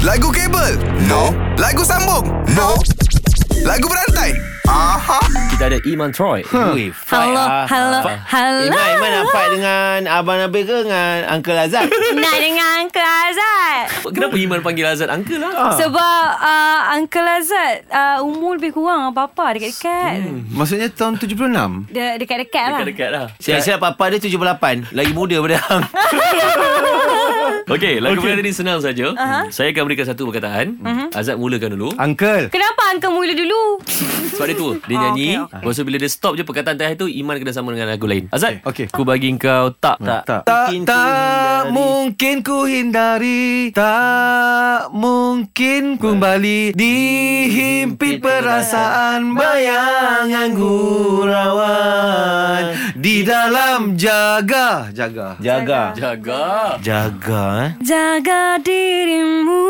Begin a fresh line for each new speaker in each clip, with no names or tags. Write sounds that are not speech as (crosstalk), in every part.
Lagu kabel? No. Lagu sambung? No. Lagu berantai? Aha.
Kita ada Iman Troy. Ui, fight
Hello,
ah.
hello,
Fight.
hello.
Iman, Iman nak fight dengan Abang Nabil ke dengan Uncle Azad?
Nak dengan Uncle Azad
Kenapa Iman panggil Azad Uncle lah?
Ah.
Sebab uh, Uncle Azad uh, Umur lebih kurang dengan Papa dekat-dekat
Maksudnya tahun 76
De- Dekat-dekat lah
Dekat-dekat lah
Silap-silap Papa dia 78. Lagi muda daripada Hang.
Okey, lagu lah. okay. ni senang saja. Uh-huh. Saya akan berikan satu perkataan.
Mhm.
Uh-huh. Azad mulakan
Ah.
dulu.
Uncle
Kenapa Uncle mula dulu?
Sebab dia tu Dia
Ah,
nyanyi okay,
okey,
okay. Lepas tu bila dia stop je Perkataan terakhir tu Iman kena sama dengan lagu lain Azad
Okey.
Ku bagi kau tak tak,
Tak
Mungkin
tak,
ku hindari.
tak mungkin ku hindari Tak mungkin ku kembali Dihimpit perasaan Bayangan gurauan Di dalam jaga Jaga
Jaga.
Jaga
Jaga eh
Jaga dirimu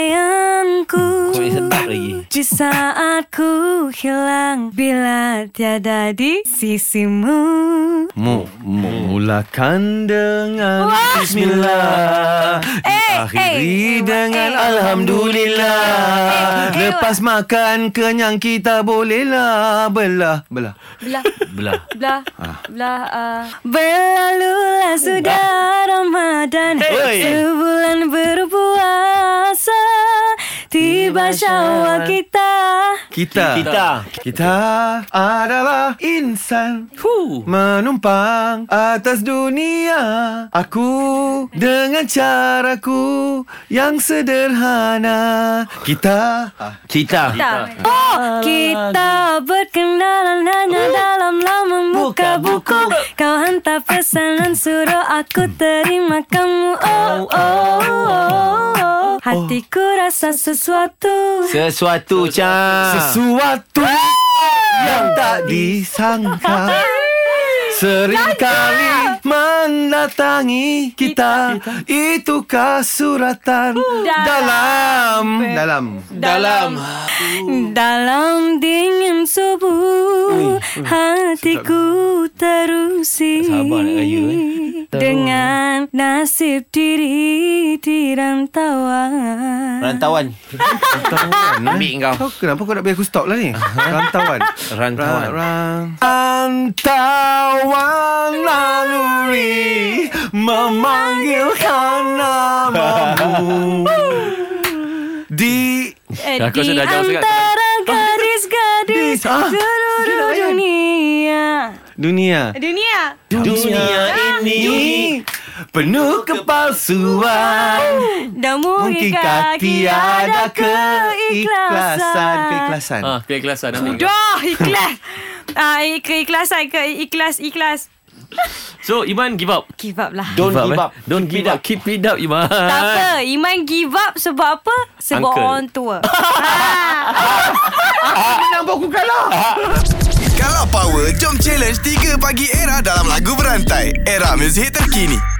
Sayangku
Kau ni sedap
Ah.
lagi.
Di saat ku hilang Bila tiada di sisimu
Mu, mulakan dengan
Wah.
Bismillah
Eh, eh, eh,
Akhiri dengan
eh.
Alhamdulillah
Eh, eh,
Lepas makan kenyang kita bolehlah Belah Belah
Belah
Belah.
Belah Belah uh. Berlalulah sudah Ramadan
Hey.
Sebulan berpuasa Tiba syawal kita
Kita
Kita.
Kita adalah insan
Huh.
Menumpang atas dunia Aku dengan caraku yang sederhana Kita
Kita.
kita. Oh, kita berkenalan hanya dalam laman
Buka
Uh. buka buku. Kau hantar pesanan suruh aku terima kamu. Oh, oh, oh, oh. Hatiku rasa sesuatu.
Sesuatu Cang.
Sesuatu yang tak disangka Seringkali mendatangi kita, Itukah suratan dalam Dalam
Dalam.
Dalam dingin subuh Hatiku terusik
Sabar nak raya, eh.
Hmm. Dengan nasib diri di rantauan
Rantauan.
Rantauan
Ambil kau.
Kau kenapa kau kan? nak biar aku stop lah (laughs) ni Rantauan
Rantauan.
Rang, Rantauan naluri Memanggilkan namamu Di
Eh,
Dah, kau
Di
sudah jauh sangat.
antara gadis-gadis
Ah,
Seluruh
dia nak layan.
dunia Ah.
dunia
Dunia
Dunia ini
ini penuh kepalsuan
Dan mungkinkah
Mungkinkah tiada
tiada
keikhlasan
keikhlasan
Keikhlasan
Ah, keikhlasan ambil kau.
Dah ikhlas (laughs) Ah, keikhlasan ke ikhlas ikhlas
So Iman give up
Give up lah
Don't
eh.
give up.
Don't give up Keep it up Iman
Tak apa Iman give up sebab apa? Sebab
Uncle.
orang tua ha.
Kalau power, jom challenge 3 pagi era dalam lagu berantai. Era muzik terkini.